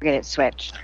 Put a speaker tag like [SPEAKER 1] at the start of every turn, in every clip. [SPEAKER 1] get it switched.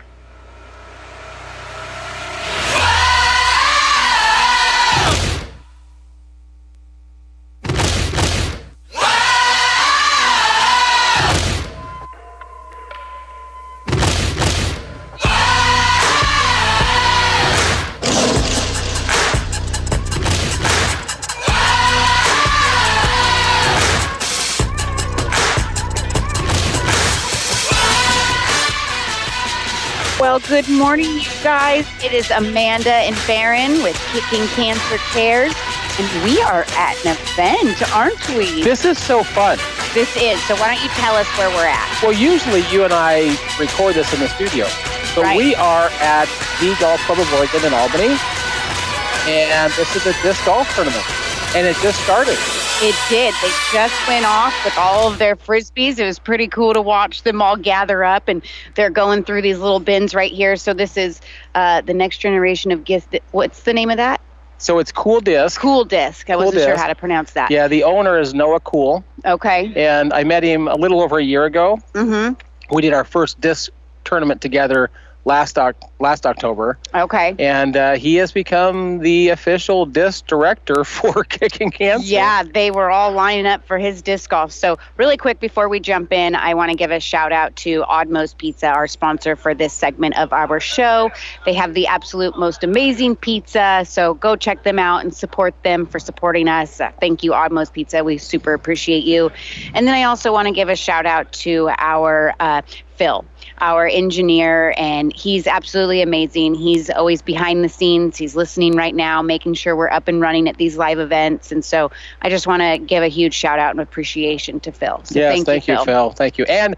[SPEAKER 1] Well, good morning, you guys. It is Amanda and Baron with Kicking Cancer Cares, and we are at an event, aren't we?
[SPEAKER 2] This is so fun.
[SPEAKER 1] This is. So why don't you tell us where we're at?
[SPEAKER 2] Well, usually you and I record this in the studio, but
[SPEAKER 1] Right.
[SPEAKER 2] we are at the Golf Club of Oregon in Albany, and this is a disc golf tournament, and it just started.
[SPEAKER 1] It did. They just went off with all of their frisbees. It was pretty cool to watch them all gather up, and they're going through these little bins right here. So this is uh, the next generation of gifts. That, what's the name of that?
[SPEAKER 2] So it's Cool Disc.
[SPEAKER 1] Cool disc. I
[SPEAKER 2] Cool
[SPEAKER 1] wasn't sure
[SPEAKER 2] Disc.
[SPEAKER 1] how to pronounce that.
[SPEAKER 2] Yeah, the owner is Noah Cool,
[SPEAKER 1] Okay.
[SPEAKER 2] and I met him a little over a year ago.
[SPEAKER 1] Mm-hmm.
[SPEAKER 2] We did our first disc tournament together last oc- last October,
[SPEAKER 1] Okay.
[SPEAKER 2] and uh, he has become the official disc director for Kicking Cancer.
[SPEAKER 1] Yeah, they were all lining up for his disc golf. So, really quick before we jump in, I want to give a shout out to Oddmost Pizza, our sponsor for this segment of our show. They have the absolute most amazing pizza. So, go check them out and support them for supporting us. Uh, thank you, Oddmost Pizza. We super appreciate you. And then I also want to give a shout out to our uh, Phil, our engineer, and he's absolutely amazing. He's always behind the scenes. He's listening right now, making sure we're up and running at these live events. And so I just want to give a huge shout out and appreciation to Phil. So
[SPEAKER 2] yes,
[SPEAKER 1] thank, you, Phil.
[SPEAKER 2] Thank you. And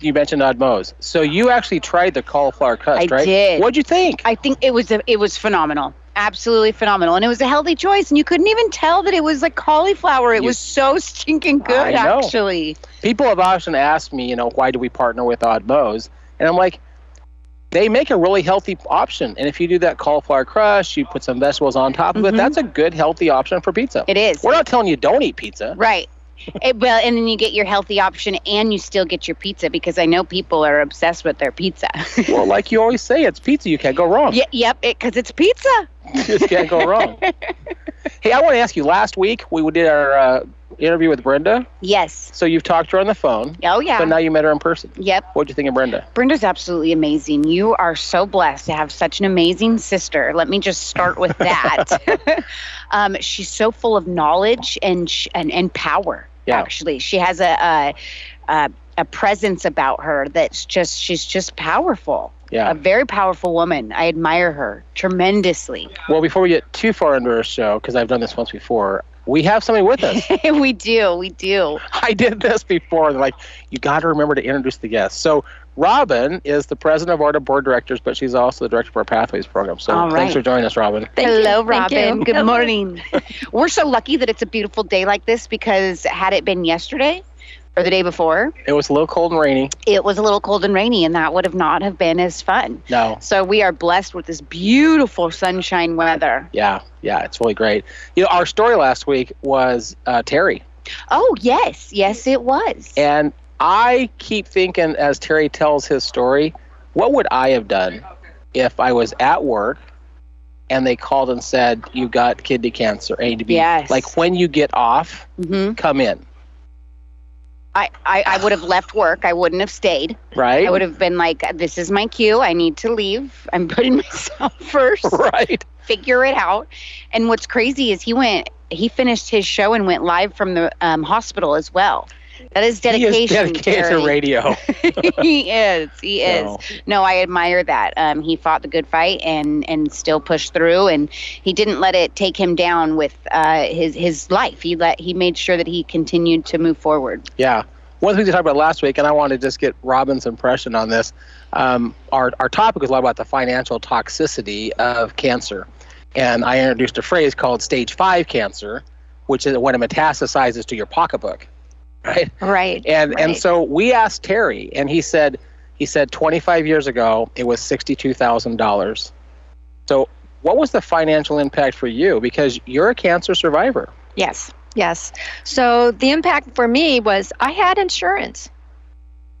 [SPEAKER 2] you mentioned Oddmos. So you actually tried the cauliflower crust,
[SPEAKER 1] I
[SPEAKER 2] right?
[SPEAKER 1] did.
[SPEAKER 2] What'd you think?
[SPEAKER 1] I think it was a, it was phenomenal. Absolutely phenomenal. And it was a healthy choice. And you couldn't even tell that it was like cauliflower. It
[SPEAKER 2] You-
[SPEAKER 1] was so stinking good,
[SPEAKER 2] I know.
[SPEAKER 1] actually.
[SPEAKER 2] People have often asked me, you know, why do we partner with Oddmos? And I'm like, they make a really healthy option. And if you do that cauliflower crust, you put some vegetables on top of
[SPEAKER 1] Mhm.
[SPEAKER 2] it, that's a good healthy option for pizza.
[SPEAKER 1] It is.
[SPEAKER 2] We're not telling you don't eat pizza.
[SPEAKER 1] Right. It, well, and then you get your healthy option and you still get your pizza because I know people are obsessed with their pizza.
[SPEAKER 2] well, like you always say, it's pizza. You can't go wrong.
[SPEAKER 1] Ye- yep, because it's pizza.
[SPEAKER 2] You just can't go wrong. hey, I want to ask you last week, we did our uh, interview with Brenda.
[SPEAKER 1] Yes.
[SPEAKER 2] So you've talked to her on the phone,
[SPEAKER 1] Oh, yeah.
[SPEAKER 2] but now you met her in person.
[SPEAKER 1] yep.
[SPEAKER 2] What'd you think of Brenda?
[SPEAKER 1] Brenda's absolutely amazing. You are so blessed to have such an amazing sister. Let me just start with that. um, she's so full of knowledge and sh- and, and power.
[SPEAKER 2] Yeah.
[SPEAKER 1] Actually, she has a, a, a a presence about her that's just she's just powerful.
[SPEAKER 2] Yeah.
[SPEAKER 1] A very powerful woman. I admire her tremendously.
[SPEAKER 2] Well, before we get too far into our show, because I've done this once before, we have somebody with us.
[SPEAKER 1] we do. We do.
[SPEAKER 2] I did this before. They're like, you got to remember to introduce the guest. So Robin is the president of our board directors, but she's also the director of our Pathways program. So
[SPEAKER 1] All
[SPEAKER 2] thanks
[SPEAKER 1] right.
[SPEAKER 2] for joining us, Robin.
[SPEAKER 3] Thank you.
[SPEAKER 1] Hello,
[SPEAKER 3] Thank you.
[SPEAKER 1] Robin. Good
[SPEAKER 3] Hello.
[SPEAKER 1] morning. We're so lucky that it's a beautiful day like this because had it been yesterday or the day before,
[SPEAKER 2] It was a little cold and rainy.
[SPEAKER 1] it was a little cold and rainy, and that would have not have been as fun.
[SPEAKER 2] No.
[SPEAKER 1] So we are blessed with this beautiful sunshine weather.
[SPEAKER 2] Yeah, yeah, it's really great. You know, our story last week was uh, Terry,
[SPEAKER 1] Oh yes, yes it was.
[SPEAKER 2] and I keep thinking as Terry tells his story, what would I have done if I was at work and they called and said you got kidney cancer, and you need to be
[SPEAKER 1] Yes.
[SPEAKER 2] like when you get off,
[SPEAKER 1] hmm
[SPEAKER 2] come in,
[SPEAKER 1] I, I I would have left work. I wouldn't have stayed.
[SPEAKER 2] right?
[SPEAKER 1] I would have been like, this is my cue. I need to leave. I'm putting myself first.
[SPEAKER 2] right.
[SPEAKER 1] figure it out. And what's crazy is he went, he finished his show and went live from the um, hospital as well. That is dedication.
[SPEAKER 2] he is dedicated to
[SPEAKER 1] Terry.
[SPEAKER 2] radio.
[SPEAKER 1] he is. He is.
[SPEAKER 2] So,
[SPEAKER 1] No, I admire that. Um, he fought the good fight and and still pushed through, and he didn't let it take him down with uh, his his life. He let he made sure that he continued to move forward.
[SPEAKER 2] yeah. One of the things we talked about last week, and I want to just get Robin's impression on this. Um, our our topic was a lot about the financial toxicity of cancer, and I introduced a phrase called stage five cancer, which is when it metastasizes to your pocketbook, right?
[SPEAKER 3] Right.
[SPEAKER 2] And and
[SPEAKER 3] Right.
[SPEAKER 2] so we asked Terry, and he said he said 25 years ago it was sixty-two thousand dollars. So what was the financial impact for you? Because you're a cancer survivor.
[SPEAKER 3] Yes. Yes. So the impact for me was I had insurance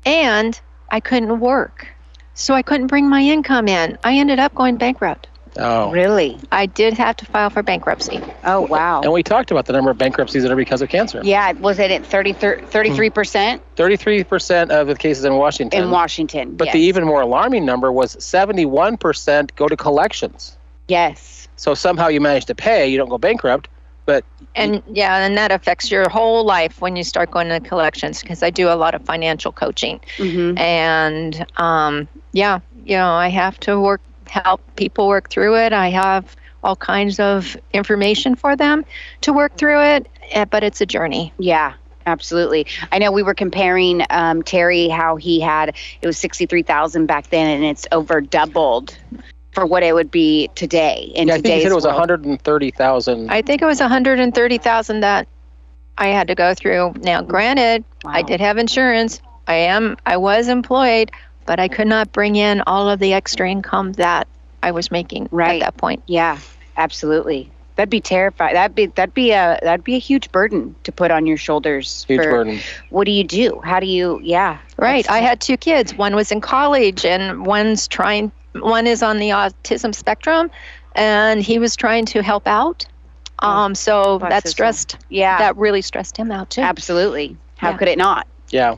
[SPEAKER 3] and I couldn't work. so I couldn't bring my income in. I ended up going bankrupt.
[SPEAKER 2] Oh.
[SPEAKER 1] Really?
[SPEAKER 3] I did have to file for bankruptcy.
[SPEAKER 1] Oh, wow.
[SPEAKER 2] And we talked about the number of bankruptcies that are because of cancer.
[SPEAKER 1] Yeah, was it at 33, 33%
[SPEAKER 2] 33% of the cases in Washington.
[SPEAKER 1] in Washington?
[SPEAKER 2] Hmm. but
[SPEAKER 1] yes.
[SPEAKER 2] the even more alarming number was 71% go to collections.
[SPEAKER 1] yes.
[SPEAKER 2] So somehow you manage to pay, you don't go bankrupt.
[SPEAKER 3] And yeah, and that affects your whole life when you start going to collections because I do a lot of financial coaching.
[SPEAKER 1] hmm
[SPEAKER 3] And um, yeah, you know, I have to work, help people work through it. I have all kinds of information for them to work through it, eh, but it's a journey.
[SPEAKER 1] Yeah, absolutely. I know we were comparing um, Terry how he had it was sixty three thousand back then, and it's over doubled for what it would be today. In
[SPEAKER 2] yeah, I
[SPEAKER 1] today's
[SPEAKER 2] think you said it was
[SPEAKER 1] world.
[SPEAKER 2] 130,000.
[SPEAKER 3] I think it was 130,000 that I had to go through. Now, granted, I
[SPEAKER 1] Wow.
[SPEAKER 3] did have insurance. I am I was employed, but I could not bring in all of the extra income that I was making
[SPEAKER 1] Right.
[SPEAKER 3] at that point.
[SPEAKER 1] Yeah, absolutely. That'd be terrifying. That'd be that'd be a that'd be a huge burden to put on your shoulders.
[SPEAKER 2] Huge
[SPEAKER 1] for-
[SPEAKER 2] burden.
[SPEAKER 1] What do you do? How do you? Yeah.
[SPEAKER 3] Right. I
[SPEAKER 1] That's-
[SPEAKER 3] had two kids. One was in college and one's trying one is on the autism spectrum and he was trying to help out. Um so
[SPEAKER 1] Bless
[SPEAKER 3] that
[SPEAKER 1] his
[SPEAKER 3] stressed
[SPEAKER 1] Oh, Yeah.
[SPEAKER 3] that really stressed him out too.
[SPEAKER 1] absolutely. How
[SPEAKER 3] Yeah.
[SPEAKER 1] could it not?
[SPEAKER 2] Yeah.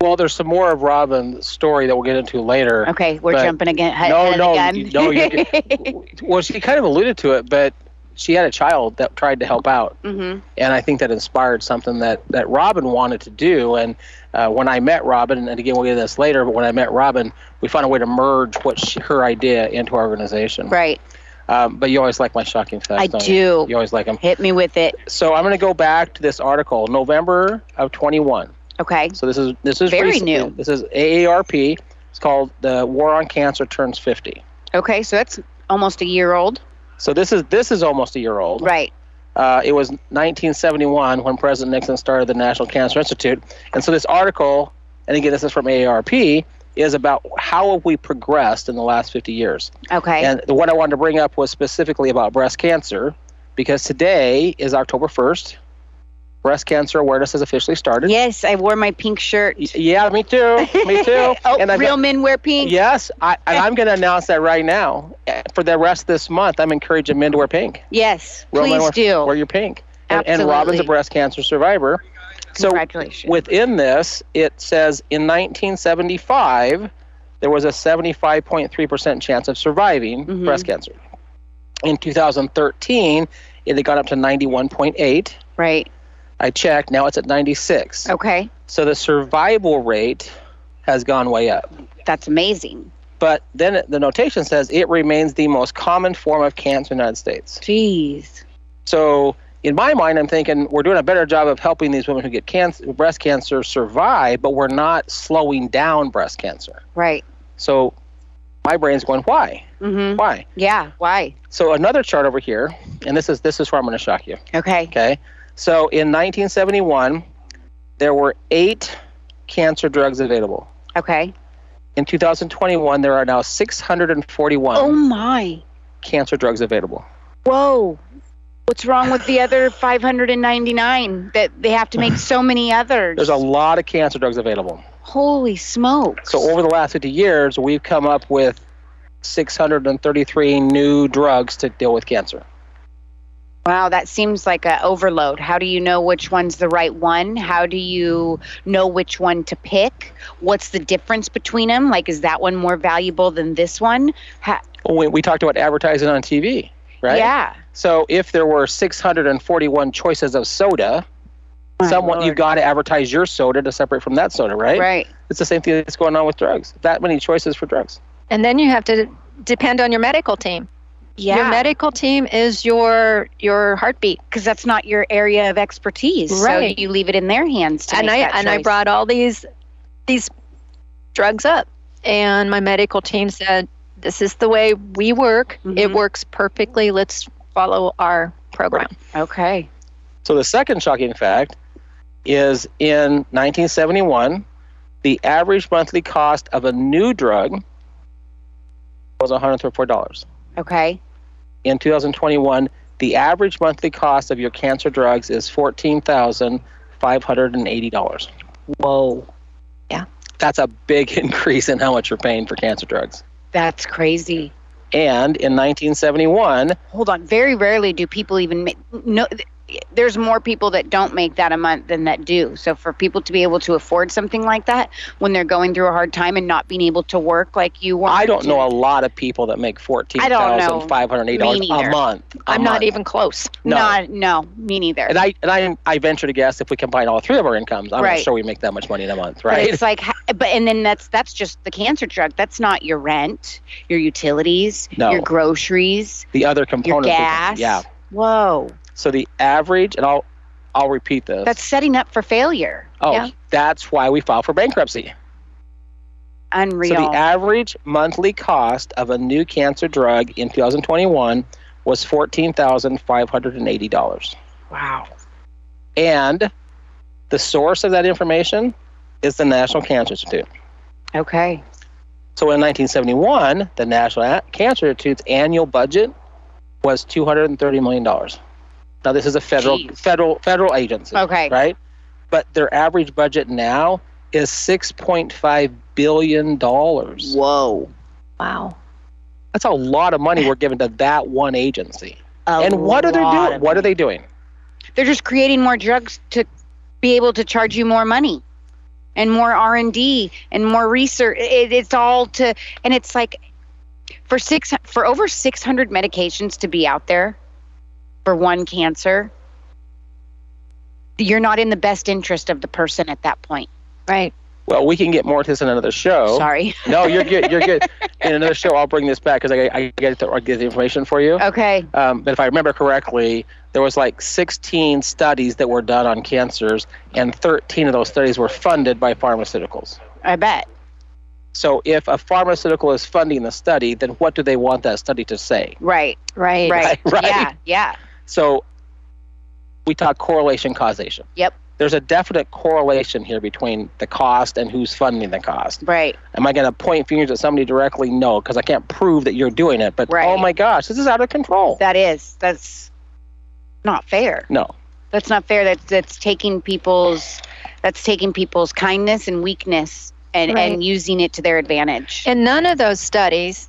[SPEAKER 2] Well, there's some more of Robin's story that we'll get into later.
[SPEAKER 1] Okay, we're
[SPEAKER 2] But-
[SPEAKER 1] jumping again. ahead
[SPEAKER 2] No, no,
[SPEAKER 1] again.
[SPEAKER 2] you- no, you- Well, she kind of alluded to it, but she had a child that tried to help out.
[SPEAKER 1] hmm
[SPEAKER 2] and I think that inspired something that that Robin wanted to do. And uh, when I met Robin, and again we'll get to this later, but when I met Robin, we found a way to merge what she, her idea into our organization.
[SPEAKER 1] Right.
[SPEAKER 2] Um, but you always like my shocking facts.
[SPEAKER 1] I
[SPEAKER 2] don't
[SPEAKER 1] do.
[SPEAKER 2] You? you always like them.
[SPEAKER 1] Hit me with it.
[SPEAKER 2] So I'm going to go back to this article, November of 21.
[SPEAKER 1] Okay.
[SPEAKER 2] So this is this is
[SPEAKER 1] Very
[SPEAKER 2] recent.
[SPEAKER 1] new.
[SPEAKER 2] This is AARP. It's called the War on Cancer turns 50.
[SPEAKER 1] Okay, so that's almost a year old.
[SPEAKER 2] So this is this is almost a year old.
[SPEAKER 1] Right.
[SPEAKER 2] Uh, it was 1971 when President Nixon started the National Cancer Institute. And so this article, and again, this is from AARP, is about how have we progressed in the last 50 years.
[SPEAKER 1] Okay.
[SPEAKER 2] And the one I wanted to bring up was specifically about breast cancer because today is October 1st. Breast cancer awareness has officially started.
[SPEAKER 1] Yes, I wore my pink shirt.
[SPEAKER 2] Y- Yeah, me too. Me too.
[SPEAKER 1] oh,
[SPEAKER 2] I've
[SPEAKER 1] real
[SPEAKER 2] got-
[SPEAKER 1] men wear pink.
[SPEAKER 2] Yes, I, and I'm going to announce that right now. Uh, For the rest of this month, I'm encouraging men to wear pink.
[SPEAKER 1] Yes,
[SPEAKER 2] Real men
[SPEAKER 1] please
[SPEAKER 2] wear-
[SPEAKER 1] do.
[SPEAKER 2] Wear your pink. And, and
[SPEAKER 1] Absolutely.
[SPEAKER 2] Robin's a breast cancer survivor. So
[SPEAKER 1] Congratulations.
[SPEAKER 2] within this, it says in 1975, there was a 75.3% chance of surviving
[SPEAKER 1] Mhm.
[SPEAKER 2] breast cancer. In 2013, it had gone up to 91.8.
[SPEAKER 1] right.
[SPEAKER 2] I checked, now it's at 96.
[SPEAKER 1] Okay.
[SPEAKER 2] So the survival rate has gone way up.
[SPEAKER 1] That's amazing.
[SPEAKER 2] But then it- the notation says it remains the most common form of cancer in the United States.
[SPEAKER 1] Jeez.
[SPEAKER 2] So in my mind, I'm thinking we're doing a better job of helping these women who get cancer, breast cancer survive, but we're not slowing down breast cancer.
[SPEAKER 1] Right.
[SPEAKER 2] So my brain's going, why?
[SPEAKER 1] Mm-hmm.
[SPEAKER 2] Why?
[SPEAKER 1] Yeah. Why?
[SPEAKER 2] So another chart over here, and this is this is where I'm going to shock you.
[SPEAKER 1] Okay.
[SPEAKER 2] Okay. So in 1971, there were eight cancer drugs available.
[SPEAKER 1] Okay.
[SPEAKER 2] In 2021, there are now 641
[SPEAKER 1] Oh my.
[SPEAKER 2] cancer drugs available.
[SPEAKER 1] Whoa. What's wrong with the other 599 that they have to make so many others?
[SPEAKER 2] There's a lot of cancer drugs available.
[SPEAKER 1] Holy smokes.
[SPEAKER 2] So over the last 50 years, we've come up with 633 new drugs to deal with cancer.
[SPEAKER 1] Wow, that seems like a overload. How do you know which one's the right one? How do you know which one to pick? What's the difference between them? Like, is that one more valuable than this one? Ha-
[SPEAKER 2] We, we talked about advertising on TV, right?
[SPEAKER 1] Yeah.
[SPEAKER 2] So if there were 641 choices of soda,
[SPEAKER 1] My
[SPEAKER 2] someone you've
[SPEAKER 1] Lord.
[SPEAKER 2] got to advertise your soda to separate from that soda, right?
[SPEAKER 1] right.
[SPEAKER 2] It's the same thing that's going on with drugs. That many choices for drugs.
[SPEAKER 3] And then you have to depend on your medical team. Your
[SPEAKER 1] Yeah,
[SPEAKER 3] medical team is your your heartbeat.
[SPEAKER 1] because that's not your area of expertise.
[SPEAKER 3] Right.
[SPEAKER 1] So you leave it in their hands to
[SPEAKER 3] and
[SPEAKER 1] make
[SPEAKER 3] I
[SPEAKER 1] that
[SPEAKER 3] and I
[SPEAKER 1] choice.
[SPEAKER 3] brought all these these drugs up, and my medical team said, "This is the way we work. It
[SPEAKER 1] Mhm.
[SPEAKER 3] works perfectly. Let's follow our program."
[SPEAKER 1] Oh Okay.
[SPEAKER 2] So the second shocking fact is in 1971, the average monthly cost of a new drug was $134.
[SPEAKER 1] Okay.
[SPEAKER 2] in 2021, the average monthly cost of your cancer drugs is $14,580.
[SPEAKER 1] Whoa.
[SPEAKER 2] That's a big increase in how much you're paying for cancer drugs.
[SPEAKER 1] That's crazy.
[SPEAKER 2] And in 1971,
[SPEAKER 1] Hold on. Very rarely do people even make no. th- There's more people that don't make that a month than that do. So for people to be able to afford something like that when they're going through a hard time and not being able to work like you want,
[SPEAKER 2] I don't
[SPEAKER 1] to-
[SPEAKER 2] know a lot of people that make
[SPEAKER 1] Me
[SPEAKER 2] $14,508
[SPEAKER 1] neither.
[SPEAKER 2] a month. i
[SPEAKER 3] I'm not even close.
[SPEAKER 2] No.
[SPEAKER 1] Not, no, me neither.
[SPEAKER 2] and I and I I venture to guess if we combine all three of our incomes, I'm
[SPEAKER 1] Right.
[SPEAKER 2] not sure we make that much money in a month,
[SPEAKER 1] But
[SPEAKER 2] right?
[SPEAKER 1] it's like, ha- but and then that's that's just the cancer drug. That's not your rent, your utilities,
[SPEAKER 2] No.
[SPEAKER 1] your groceries,
[SPEAKER 2] The other
[SPEAKER 1] your
[SPEAKER 2] components, of-
[SPEAKER 1] gas.
[SPEAKER 2] yeah.
[SPEAKER 1] Whoa,
[SPEAKER 2] So the average, and I'll I'll repeat this.
[SPEAKER 1] that's setting up for failure.
[SPEAKER 2] oh,
[SPEAKER 3] yeah.
[SPEAKER 2] that's why we file for bankruptcy.
[SPEAKER 1] Unreal.
[SPEAKER 2] So the average monthly cost of a new cancer drug in 2021 was fourteen thousand five hundred and eighty dollars,
[SPEAKER 1] wow.
[SPEAKER 2] and the source of that information is the National Cancer Institute.
[SPEAKER 1] Okay.
[SPEAKER 2] So in 1971, the National A- Cancer Institute's annual budget was 230 million dollars. Now this is a federal
[SPEAKER 1] Jeez.
[SPEAKER 2] federal federal agency,
[SPEAKER 1] Okay.
[SPEAKER 2] right? But their average budget now is 6.5 billion dollars.
[SPEAKER 1] Whoa.
[SPEAKER 3] Wow.
[SPEAKER 2] That's a lot of money we're giving to that one agency.
[SPEAKER 1] A
[SPEAKER 2] and what are they
[SPEAKER 1] lot
[SPEAKER 2] doing?
[SPEAKER 1] of
[SPEAKER 2] What are
[SPEAKER 1] money.
[SPEAKER 2] they doing?
[SPEAKER 1] They're just creating more drugs to be able to charge you more money, and more R and D, and more research. It, it's all to, and it's like for six for over six hundred medications to be out there for one cancer. You're not in the best interest of the person at that point.
[SPEAKER 3] Right.
[SPEAKER 2] Well, we can get more to this in another show.
[SPEAKER 1] Sorry.
[SPEAKER 2] No, you're good. You're good. In another show, I'll bring this back because I, I get the, I get the information for you.
[SPEAKER 1] Okay.
[SPEAKER 2] Um, but if I remember correctly, there was like 16 studies that were done on cancers, and 13 of those studies were funded by pharmaceuticals.
[SPEAKER 1] I bet.
[SPEAKER 2] So if a pharmaceutical is funding the study, then what do they want that study to say?
[SPEAKER 1] Right.
[SPEAKER 3] Right.
[SPEAKER 1] Right.
[SPEAKER 2] Right.
[SPEAKER 1] Yeah. Yeah.
[SPEAKER 2] So we talk correlation causation.
[SPEAKER 1] Yep.
[SPEAKER 2] There's a definite correlation here between the cost and who's funding the cost.
[SPEAKER 1] Right.
[SPEAKER 2] Am I going to point fingers at somebody directly? No, because I can't prove that you're doing it. But
[SPEAKER 1] Right.
[SPEAKER 2] oh my gosh, this is out of control.
[SPEAKER 1] That is. That's not fair.
[SPEAKER 2] no.
[SPEAKER 1] That's not fair. That's that's taking people's that's taking people's kindness and weakness and
[SPEAKER 3] Right.
[SPEAKER 1] and using it to their advantage.
[SPEAKER 3] And none of those studies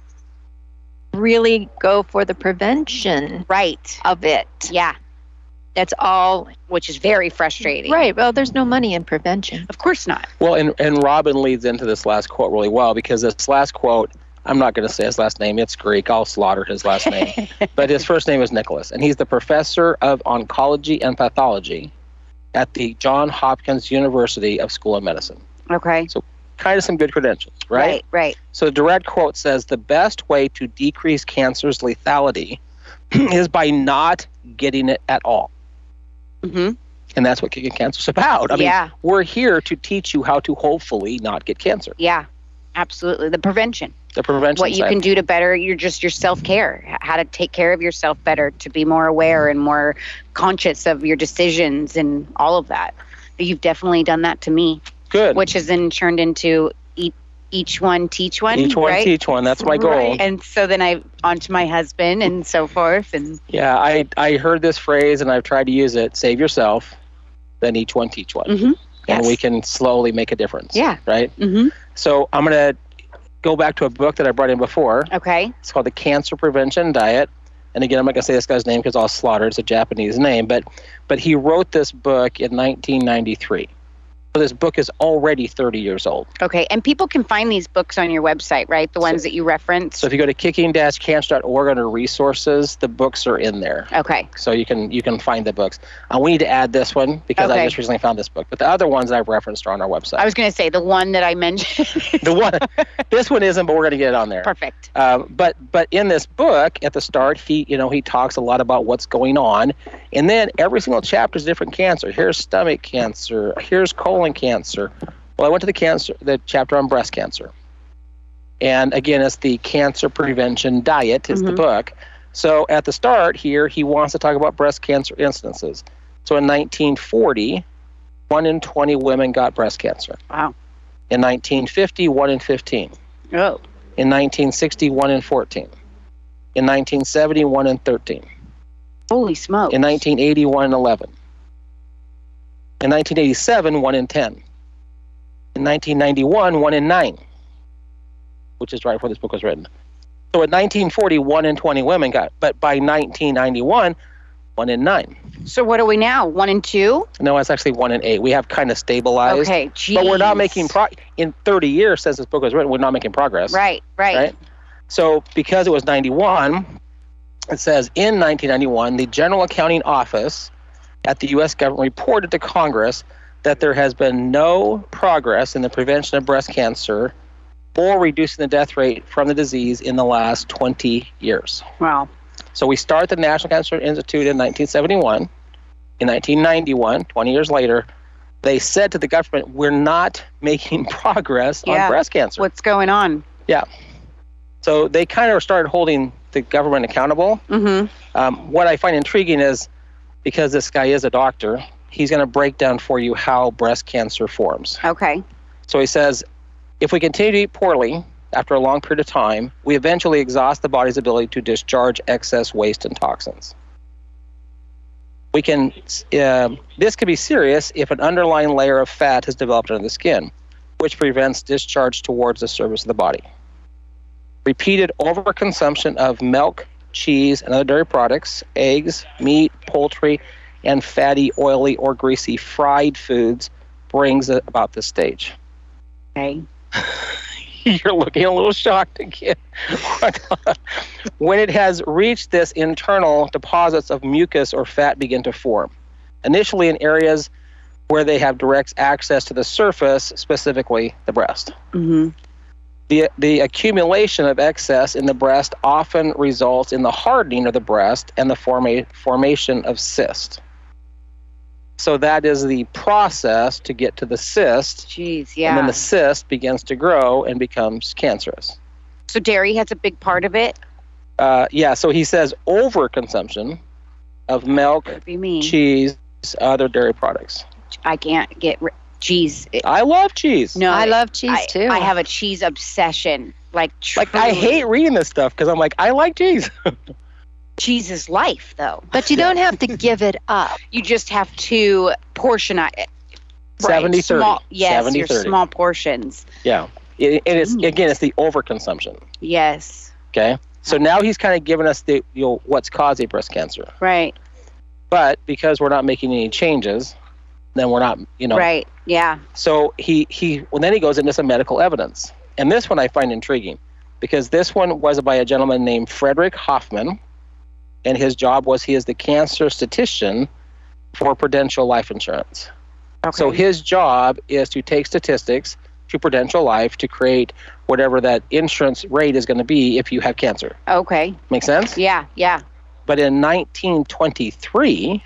[SPEAKER 3] really go for the prevention
[SPEAKER 1] right.
[SPEAKER 3] of it.
[SPEAKER 1] Yeah,
[SPEAKER 3] That's all.
[SPEAKER 1] which is very frustrating.
[SPEAKER 3] Right. Well, there's no money in prevention.
[SPEAKER 1] Of course not.
[SPEAKER 2] Well, and, and Robin leads into this last quote really well because this last quote, I'm not going to say his last name. It's Greek. I'll slaughter his last name. but his first name is Nicholas, and he's the professor of oncology and pathology at the John Hopkins University of School of Medicine.
[SPEAKER 1] Okay.
[SPEAKER 2] Kind of some good credentials, right?
[SPEAKER 1] Right. Right.
[SPEAKER 2] So the direct quote says the best way to decrease cancer's lethality is by not getting it at all.
[SPEAKER 1] hmm
[SPEAKER 2] And that's what kicking cancer's about. I mean,
[SPEAKER 1] yeah.
[SPEAKER 2] we're here to teach you how to hopefully not get cancer.
[SPEAKER 1] Yeah. Absolutely. The prevention.
[SPEAKER 2] The prevention
[SPEAKER 1] What you
[SPEAKER 2] side.
[SPEAKER 1] can do to better your just your self care. How to take care of yourself better. To be more aware and more conscious of your decisions and all of that. You've definitely done that to me.
[SPEAKER 2] Good.
[SPEAKER 1] which is then turned into each, each one teach one,
[SPEAKER 2] each one
[SPEAKER 1] right?
[SPEAKER 2] teach one. That's my goal.
[SPEAKER 1] Right. And so then I onto my husband and so forth, and
[SPEAKER 2] Yeah, I I heard this phrase and I've tried to use it. Save yourself, then each one teach one,
[SPEAKER 1] Mhm.
[SPEAKER 2] and
[SPEAKER 1] Yes.
[SPEAKER 2] we can slowly make a difference.
[SPEAKER 1] Yeah.
[SPEAKER 2] Right.
[SPEAKER 1] hmm
[SPEAKER 2] So I'm gonna go back to a book that I brought in before.
[SPEAKER 1] okay,
[SPEAKER 2] It's called the Cancer Prevention Diet. And again, I'm not gonna say this guy's name because I'll slaughter. It's a Japanese name, but but he wrote this book in 1993. So this book is already 30 years old.
[SPEAKER 1] okay, and people can find these books on your website, right? The ones that you reference.
[SPEAKER 2] So if you go to kicking-cancer.org under resources, the books are in there.
[SPEAKER 1] okay,
[SPEAKER 2] so you can you can find the books. Uh, we need to add this one because
[SPEAKER 1] Okay.
[SPEAKER 2] I just recently found this book, but the other ones I've referenced are on our website.
[SPEAKER 1] I was gonna say the one that I mentioned.
[SPEAKER 2] the one, this one isn't, but we're going to get it on there.
[SPEAKER 1] Perfect.
[SPEAKER 2] Um, but but in this book, at the start, he you know he talks a lot about what's going on, and then every single chapter is a different cancer. Here's stomach cancer. Here's colon cancer. Well, I went to the cancer the chapter on breast cancer, and again, it's the cancer prevention diet is the
[SPEAKER 1] Mhm.
[SPEAKER 2] book. So at the start here, he wants to talk about breast cancer incidences. So in 1940, one in 20 women got breast cancer.
[SPEAKER 1] Wow.
[SPEAKER 2] In 1950, one in 15.
[SPEAKER 1] Oh,
[SPEAKER 2] In 1960, 1 in 14. In 1970, 1 in 13.
[SPEAKER 1] holy smoke!
[SPEAKER 2] In 1980, 1 in 11. In 1987, 1 in 10. In 1991, one in nine, which is right before this book was written. So in 1940, one in 20 women got, but by 1991, one in nine.
[SPEAKER 1] So what are we now? One and two?
[SPEAKER 2] No, it's actually one in eight. We have kind of stabilized,
[SPEAKER 1] Okay, geez.
[SPEAKER 2] but we're not making pro. In 30 years since this book was written, we're not making progress.
[SPEAKER 1] Right, right.
[SPEAKER 2] right? So because it was 91, it says in 1991, the General Accounting Office at the U.S. government reported to Congress that there has been no progress in the prevention of breast cancer or reducing the death rate from the disease in the last 20 years.
[SPEAKER 1] Wow.
[SPEAKER 2] So we start the National Cancer Institute in 1971. In 1991, 20 years later, they said to the government, "We're not making progress
[SPEAKER 1] Yeah.
[SPEAKER 2] on breast cancer."
[SPEAKER 1] What's going on?
[SPEAKER 2] So they kind of started holding the government accountable.
[SPEAKER 1] Mm-hmm.
[SPEAKER 2] Um, what I find intriguing is because this guy is a doctor, he's going to break down for you how breast cancer forms.
[SPEAKER 1] Okay.
[SPEAKER 2] So he says if we continue to eat poorly after a long period of time, we eventually exhaust the body's ability to discharge excess waste and toxins. We can, um this could be serious if an underlying layer of fat has developed under the skin, which prevents discharge towards the surface of the body. Repeated overconsumption of milk, cheese, and other dairy products, eggs, meat, poultry, and fatty, oily, or greasy fried foods brings about this stage
[SPEAKER 1] Okay.
[SPEAKER 2] you're looking a little shocked again. when it has reached this internal, deposits of mucus or fat begin to form, initially in areas where they have direct access to the surface, specifically the breast.
[SPEAKER 1] Mm-hmm.
[SPEAKER 2] The, the accumulation of excess in the breast often results in the hardening of the breast and the forma- formation of cyst. So that is the process to get to the cyst,
[SPEAKER 1] Jeez,
[SPEAKER 2] and then
[SPEAKER 1] yeah.
[SPEAKER 2] the cyst begins to grow and becomes cancerous.
[SPEAKER 1] so dairy has a big part of it.
[SPEAKER 2] Uh, yeah, so he says overconsumption of milk,
[SPEAKER 1] What do you mean?
[SPEAKER 2] cheese, other dairy products.
[SPEAKER 1] I can't get ri- cheese. It-
[SPEAKER 2] I love cheese.
[SPEAKER 1] no,
[SPEAKER 3] I love cheese
[SPEAKER 1] I,
[SPEAKER 3] too.
[SPEAKER 1] I have a cheese obsession. Like,
[SPEAKER 2] Like I
[SPEAKER 1] truly.
[SPEAKER 2] hate reading this stuff because I'm like I like cheese.
[SPEAKER 1] cheese is life, though.
[SPEAKER 3] but you don't have to give it up.
[SPEAKER 1] You just have to portion it.
[SPEAKER 2] Seventy
[SPEAKER 1] right,
[SPEAKER 2] thirty.
[SPEAKER 1] small, Yes, your
[SPEAKER 2] 70-30.
[SPEAKER 1] small portions.
[SPEAKER 2] Yeah, It- and it's
[SPEAKER 1] Mm.
[SPEAKER 2] again it's the overconsumption.
[SPEAKER 1] Yes,
[SPEAKER 2] Okay, so now he's kind of given us the you know, what's causing breast cancer,
[SPEAKER 1] right,
[SPEAKER 2] but because we're not making any changes, then we're not you know
[SPEAKER 1] right, yeah.
[SPEAKER 2] So he he well then he goes into some medical evidence, and this one I find intriguing, because this one was by a gentleman named Frederick Hoffman, and his job was he is the cancer statistician for Prudential Life Insurance.
[SPEAKER 1] Okay.
[SPEAKER 2] So his job is to take statistics to Prudential Life to create whatever that insurance rate is going to be if you have cancer.
[SPEAKER 1] okay,
[SPEAKER 2] Make sense?
[SPEAKER 1] yeah, yeah,
[SPEAKER 2] But in 1923,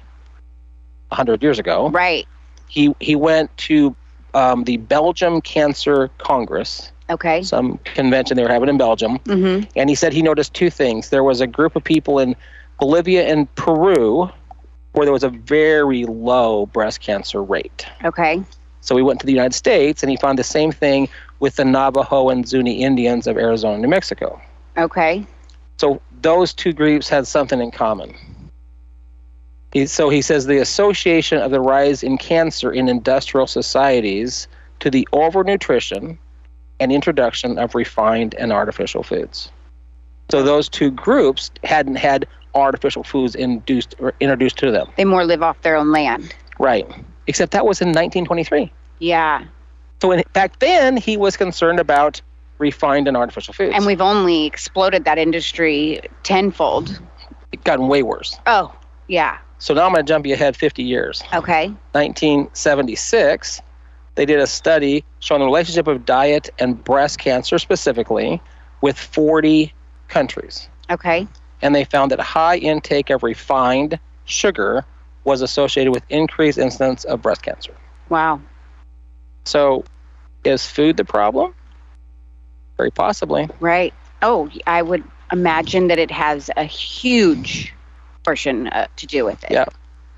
[SPEAKER 2] 100 years ago,
[SPEAKER 1] right,
[SPEAKER 2] he he went to um, the Belgium Cancer Congress,
[SPEAKER 1] okay.
[SPEAKER 2] some convention they were having in Belgium,
[SPEAKER 1] Mm-hmm.
[SPEAKER 2] and he said he noticed two things. There was a group of people in Bolivia and Peru where there was a very low breast cancer rate.
[SPEAKER 1] Okay,
[SPEAKER 2] So he went to the United States and he found the same thing with the Navajo and Zuni Indians of Arizona and New Mexico.
[SPEAKER 1] okay,
[SPEAKER 2] So those two groups had something in common. He, so he says the association of the rise in cancer in industrial societies to the overnutrition and introduction of refined and artificial foods. So those two groups hadn't had artificial foods induced or introduced to them,
[SPEAKER 1] they more live off their own land.
[SPEAKER 2] right? Except that was in 1923.
[SPEAKER 1] Yeah,
[SPEAKER 2] So in, back then he was concerned about refined and artificial foods,
[SPEAKER 1] and we've only exploded that industry tenfold.
[SPEAKER 2] it gotten way worse.
[SPEAKER 1] Oh, yeah,
[SPEAKER 2] So now I'm going to jump you ahead 50 years.
[SPEAKER 1] okay,
[SPEAKER 2] 1976, they did a study showing the relationship of diet and breast cancer specifically with 40 countries.
[SPEAKER 1] okay,
[SPEAKER 2] And they found that high intake of refined sugar was associated with increased incidence of breast cancer.
[SPEAKER 1] wow.
[SPEAKER 2] So, is food the problem? Very possibly.
[SPEAKER 1] Right. Oh, I would imagine that it has a huge portion uh, to do with it.
[SPEAKER 2] Yeah.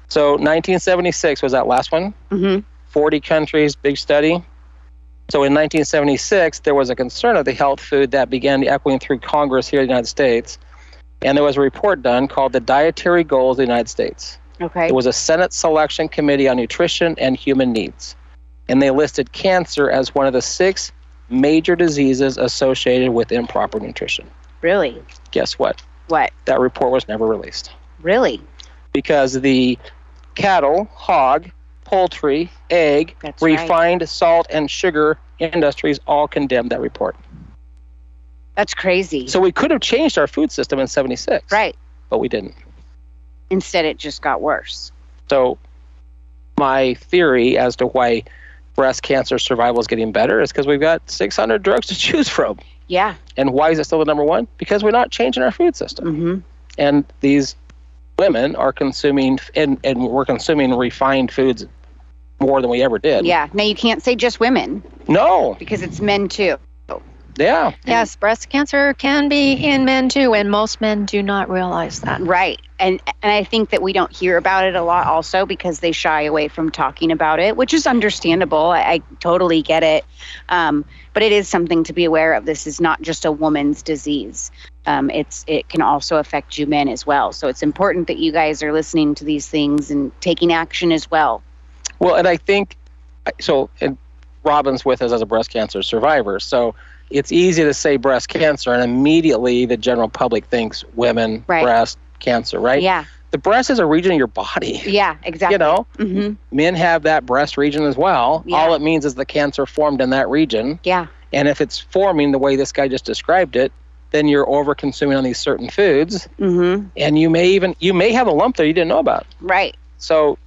[SPEAKER 2] So, 1976 was that last one?
[SPEAKER 1] hmm
[SPEAKER 2] 40 countries, big study. So in 1976, there was a concern of the health food that began echoing through Congress here in the United States. And there was a report done called the Dietary Goals of the United States.
[SPEAKER 1] Okay.
[SPEAKER 2] It was a Senate Selection Committee on Nutrition and Human Needs. and they listed cancer as one of the six major diseases associated with improper nutrition.
[SPEAKER 1] Really?
[SPEAKER 2] Guess what?
[SPEAKER 1] What?
[SPEAKER 2] That report was never released
[SPEAKER 1] Really?
[SPEAKER 2] because the cattle, hog, poultry, egg,
[SPEAKER 1] That's right.
[SPEAKER 2] refined salt, and sugar industries all condemned that report.
[SPEAKER 1] That's crazy.
[SPEAKER 2] So we could have changed our food system in 76,
[SPEAKER 1] right.
[SPEAKER 2] but we didn't.
[SPEAKER 1] Instead, it just got worse.
[SPEAKER 2] So, my theory as to why breast cancer survival is getting better is because we've got 600 drugs to choose from.
[SPEAKER 1] Yeah.
[SPEAKER 2] And why is it still the number one? Because we're not changing our food system.
[SPEAKER 1] Mm-hmm.
[SPEAKER 2] And these women are consuming, and, and we're consuming refined foods more than we ever did.
[SPEAKER 1] Yeah. Now you can't say just women
[SPEAKER 2] No.
[SPEAKER 1] because it's men too.
[SPEAKER 2] Yeah.
[SPEAKER 3] Yes, breast cancer can be in men too, and most men do not realize that.
[SPEAKER 1] Right. And and I think that we don't hear about it a lot also because they shy away from talking about it, which is understandable. I, I totally get it. Um, but it is something to be aware of. This is not just a woman's disease. Um, it's it can also affect you men as well. So it's important that you guys are listening to these things and taking action as well.
[SPEAKER 2] Well, and I think so. And Robin's with us as a breast cancer survivor, so it's easy to say breast cancer, and immediately the general public thinks women,
[SPEAKER 1] Right.
[SPEAKER 2] breast cancer, right?
[SPEAKER 1] Yeah.
[SPEAKER 2] The breast is a region of your body.
[SPEAKER 1] Yeah. Exactly.
[SPEAKER 2] You know,
[SPEAKER 1] hmm
[SPEAKER 2] men have that breast region as well.
[SPEAKER 1] Yeah.
[SPEAKER 2] All it means is the cancer formed in that region,
[SPEAKER 1] Yeah.
[SPEAKER 2] and if it's forming the way this guy just described it, then you're over consuming on these certain foods,
[SPEAKER 1] hmm
[SPEAKER 2] and you may even you may have a lump there you didn't know about.
[SPEAKER 1] Right.
[SPEAKER 2] So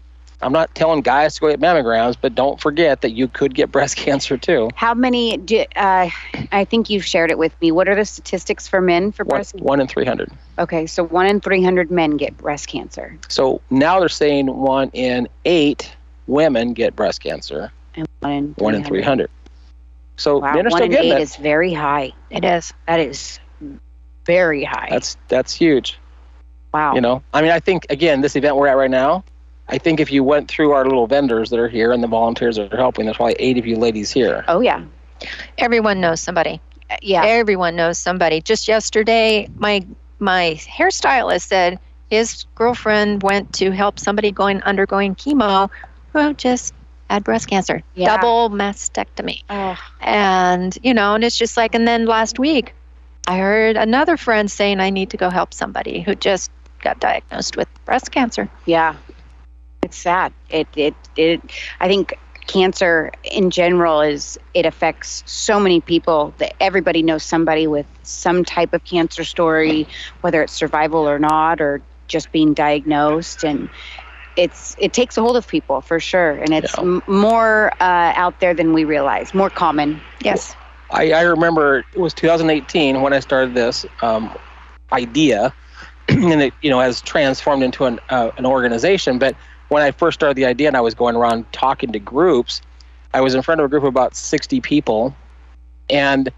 [SPEAKER 2] I'm not telling guys to go get mammograms, but don't forget that you could get breast cancer too.
[SPEAKER 1] How many do? Uh, I think you've shared it with me. What are the statistics for men for
[SPEAKER 2] One,
[SPEAKER 1] breast?
[SPEAKER 2] one in 300.
[SPEAKER 1] Okay, so one in 300 men get breast cancer.
[SPEAKER 2] So now they're saying one in eight women get breast cancer,
[SPEAKER 1] And one in 300.
[SPEAKER 2] one in 300. So
[SPEAKER 1] Wow,
[SPEAKER 2] men are
[SPEAKER 1] one
[SPEAKER 2] still
[SPEAKER 1] in
[SPEAKER 2] getting
[SPEAKER 1] eight
[SPEAKER 2] it.
[SPEAKER 1] is very high.
[SPEAKER 3] It is.
[SPEAKER 1] That is very high.
[SPEAKER 2] That's that's huge.
[SPEAKER 1] wow.
[SPEAKER 2] You know, I mean, I think again, this event we're at right now. I think if you went through our little vendors that are here and the volunteers that are helping, there's probably eight of you ladies here.
[SPEAKER 1] oh, yeah.
[SPEAKER 3] Everyone knows somebody.
[SPEAKER 1] Uh, Yeah.
[SPEAKER 3] Everyone knows somebody. Just yesterday, my my hairstylist said his girlfriend went to help somebody going undergoing chemo who just had breast cancer,
[SPEAKER 1] Yeah.
[SPEAKER 3] double mastectomy,
[SPEAKER 1] Ugh.
[SPEAKER 3] and you know, and it's just like. And then last week, I heard another friend saying I need to go help somebody who just got diagnosed with breast cancer.
[SPEAKER 1] yeah. It's sad. It, it, it, I think cancer in general is, it affects so many people that everybody knows somebody with some type of cancer story, whether it's survival or not, or just being diagnosed. And it's, it takes a hold of people for sure. And it's
[SPEAKER 2] Yeah.
[SPEAKER 1] m- more uh, out there than we realize, more common.
[SPEAKER 3] Yes.
[SPEAKER 2] I, I remember it was 2018 when I started this um, idea, and it you know has transformed into an uh, an organization. But when I first started the idea, and I was going around talking to groups, I was in front of a group of about 60 people, and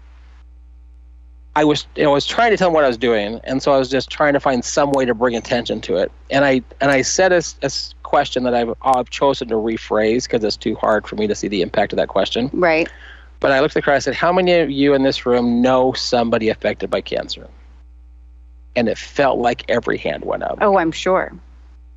[SPEAKER 2] I was you know, I was trying to tell them what I was doing, and so I was just trying to find some way to bring attention to it. And I and I said a, s- a s- question that I've, I've chosen to rephrase because it's too hard for me to see the impact of that question.
[SPEAKER 1] Right.
[SPEAKER 2] But I looked at Chris and said, How many of you in this room know somebody affected by cancer? And it felt like every hand went up.
[SPEAKER 1] Oh, I'm sure.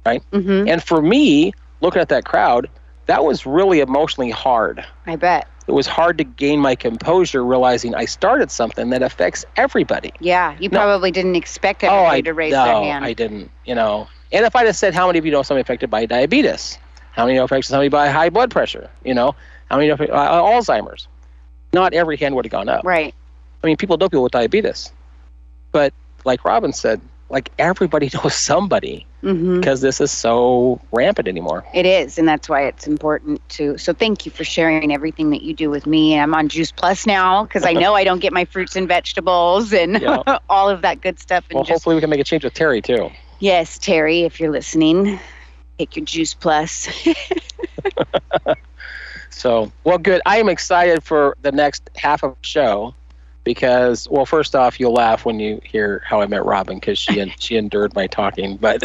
[SPEAKER 2] Right?
[SPEAKER 1] hmm
[SPEAKER 2] And for me, looking at that crowd, that was really emotionally hard.
[SPEAKER 1] I bet.
[SPEAKER 2] It was hard to gain my composure realizing I started something that affects everybody.
[SPEAKER 1] Yeah. You
[SPEAKER 2] No.
[SPEAKER 1] probably didn't expect
[SPEAKER 2] oh,
[SPEAKER 1] everybody
[SPEAKER 2] I,
[SPEAKER 1] to raise
[SPEAKER 2] no,
[SPEAKER 1] their hand.
[SPEAKER 2] I didn't, you know. And if I'd have said, How many of you know somebody affected by diabetes? How many know affected somebody by high blood pressure? You know, how many know uh, Alzheimer's? Not every hand would have gone up.
[SPEAKER 1] right.
[SPEAKER 2] I mean, people know people with diabetes, but like Robin said, like everybody knows somebody
[SPEAKER 1] hmm
[SPEAKER 2] because this is so rampant anymore.
[SPEAKER 1] It is, and that's why it's important to. So, thank you for sharing everything that you do with me. I'm on Juice Plus now because I know I don't get my fruits and vegetables and
[SPEAKER 2] Yeah.
[SPEAKER 1] all of that good stuff. And
[SPEAKER 2] Well,
[SPEAKER 1] just
[SPEAKER 2] hopefully we can make a change with Terry too.
[SPEAKER 1] yes, Terry, if you're listening, take your Juice Plus.
[SPEAKER 2] So, well, good. I am excited for the next half of the show because, well, first off, you'll laugh when you hear how I met Robin because she en- she endured my talking. But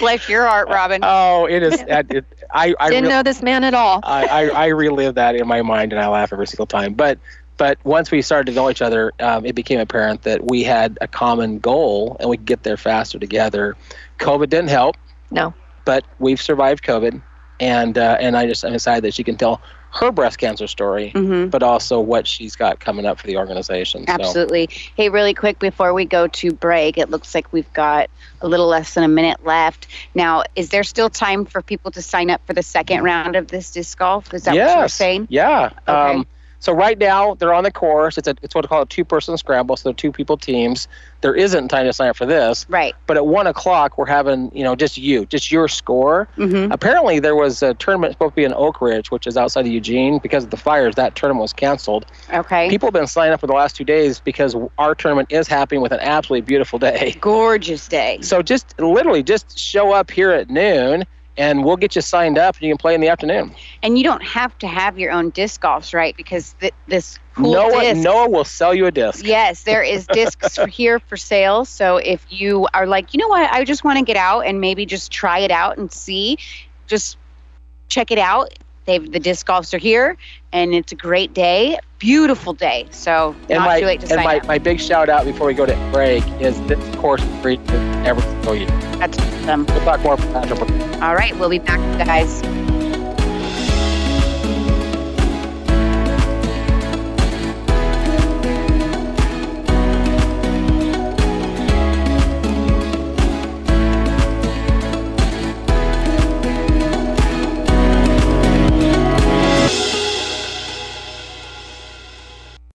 [SPEAKER 1] Bless your heart, Robin.
[SPEAKER 2] oh, it is. It, I I
[SPEAKER 3] Didn't
[SPEAKER 2] really-
[SPEAKER 3] know this man at all.
[SPEAKER 2] I, I, I relive that in my mind and I laugh every single time. But but once we started to know each other, um, it became apparent that we had a common goal and we could get there faster together. COVID didn't help.
[SPEAKER 3] No.
[SPEAKER 2] But we've survived COVID and uh, and I just I'm excited that she can tell her breast cancer story,
[SPEAKER 1] Mm-hmm.
[SPEAKER 2] but also what she's got coming up for the organization. So-
[SPEAKER 1] Absolutely. Hey, really quick before we go to break, it looks like we've got a little less than a minute left. Now, is there still time for people to sign up for the second round of this disc golf? Is that what you were
[SPEAKER 2] Yes.
[SPEAKER 1] saying?
[SPEAKER 2] Yeah.
[SPEAKER 1] Okay.
[SPEAKER 2] Um, so right now they're on the course. It's a it's what I call a two person scramble. So they're two people teams. There isn't time to sign up for this,
[SPEAKER 1] Right.
[SPEAKER 2] but at one o'clock we're having you know just you, just your score.
[SPEAKER 1] Mm-hmm.
[SPEAKER 2] Apparently there was a tournament supposed to be in Oak Ridge, which is outside of Eugene, because of the fires. That tournament was canceled.
[SPEAKER 1] Okay.
[SPEAKER 2] People have been signing up for the last two days because our tournament is happening with an absolutely beautiful day.
[SPEAKER 1] Gorgeous day.
[SPEAKER 2] So just literally just show up here at noon, and we'll get you signed up, and you can play in the afternoon.
[SPEAKER 1] And you don't have to have your own disc golfs, right? Because th- this cool
[SPEAKER 2] Noah,
[SPEAKER 1] disc.
[SPEAKER 2] Noah will sell you a disc.
[SPEAKER 1] Yes, there is discs for- here for sale. So if you are like, you know what, I just want to get out and maybe just try it out and see, just check it out. They've the disc golfs are here, and it's a great day, beautiful day. So
[SPEAKER 2] And
[SPEAKER 1] not
[SPEAKER 2] my,
[SPEAKER 1] too late to
[SPEAKER 2] and
[SPEAKER 1] sign
[SPEAKER 2] my,
[SPEAKER 1] up.
[SPEAKER 2] my big shout out before we go to break is this course is free to every single year.
[SPEAKER 1] That's awesome.
[SPEAKER 2] We'll talk more about that.
[SPEAKER 1] All right, we'll be back, guys.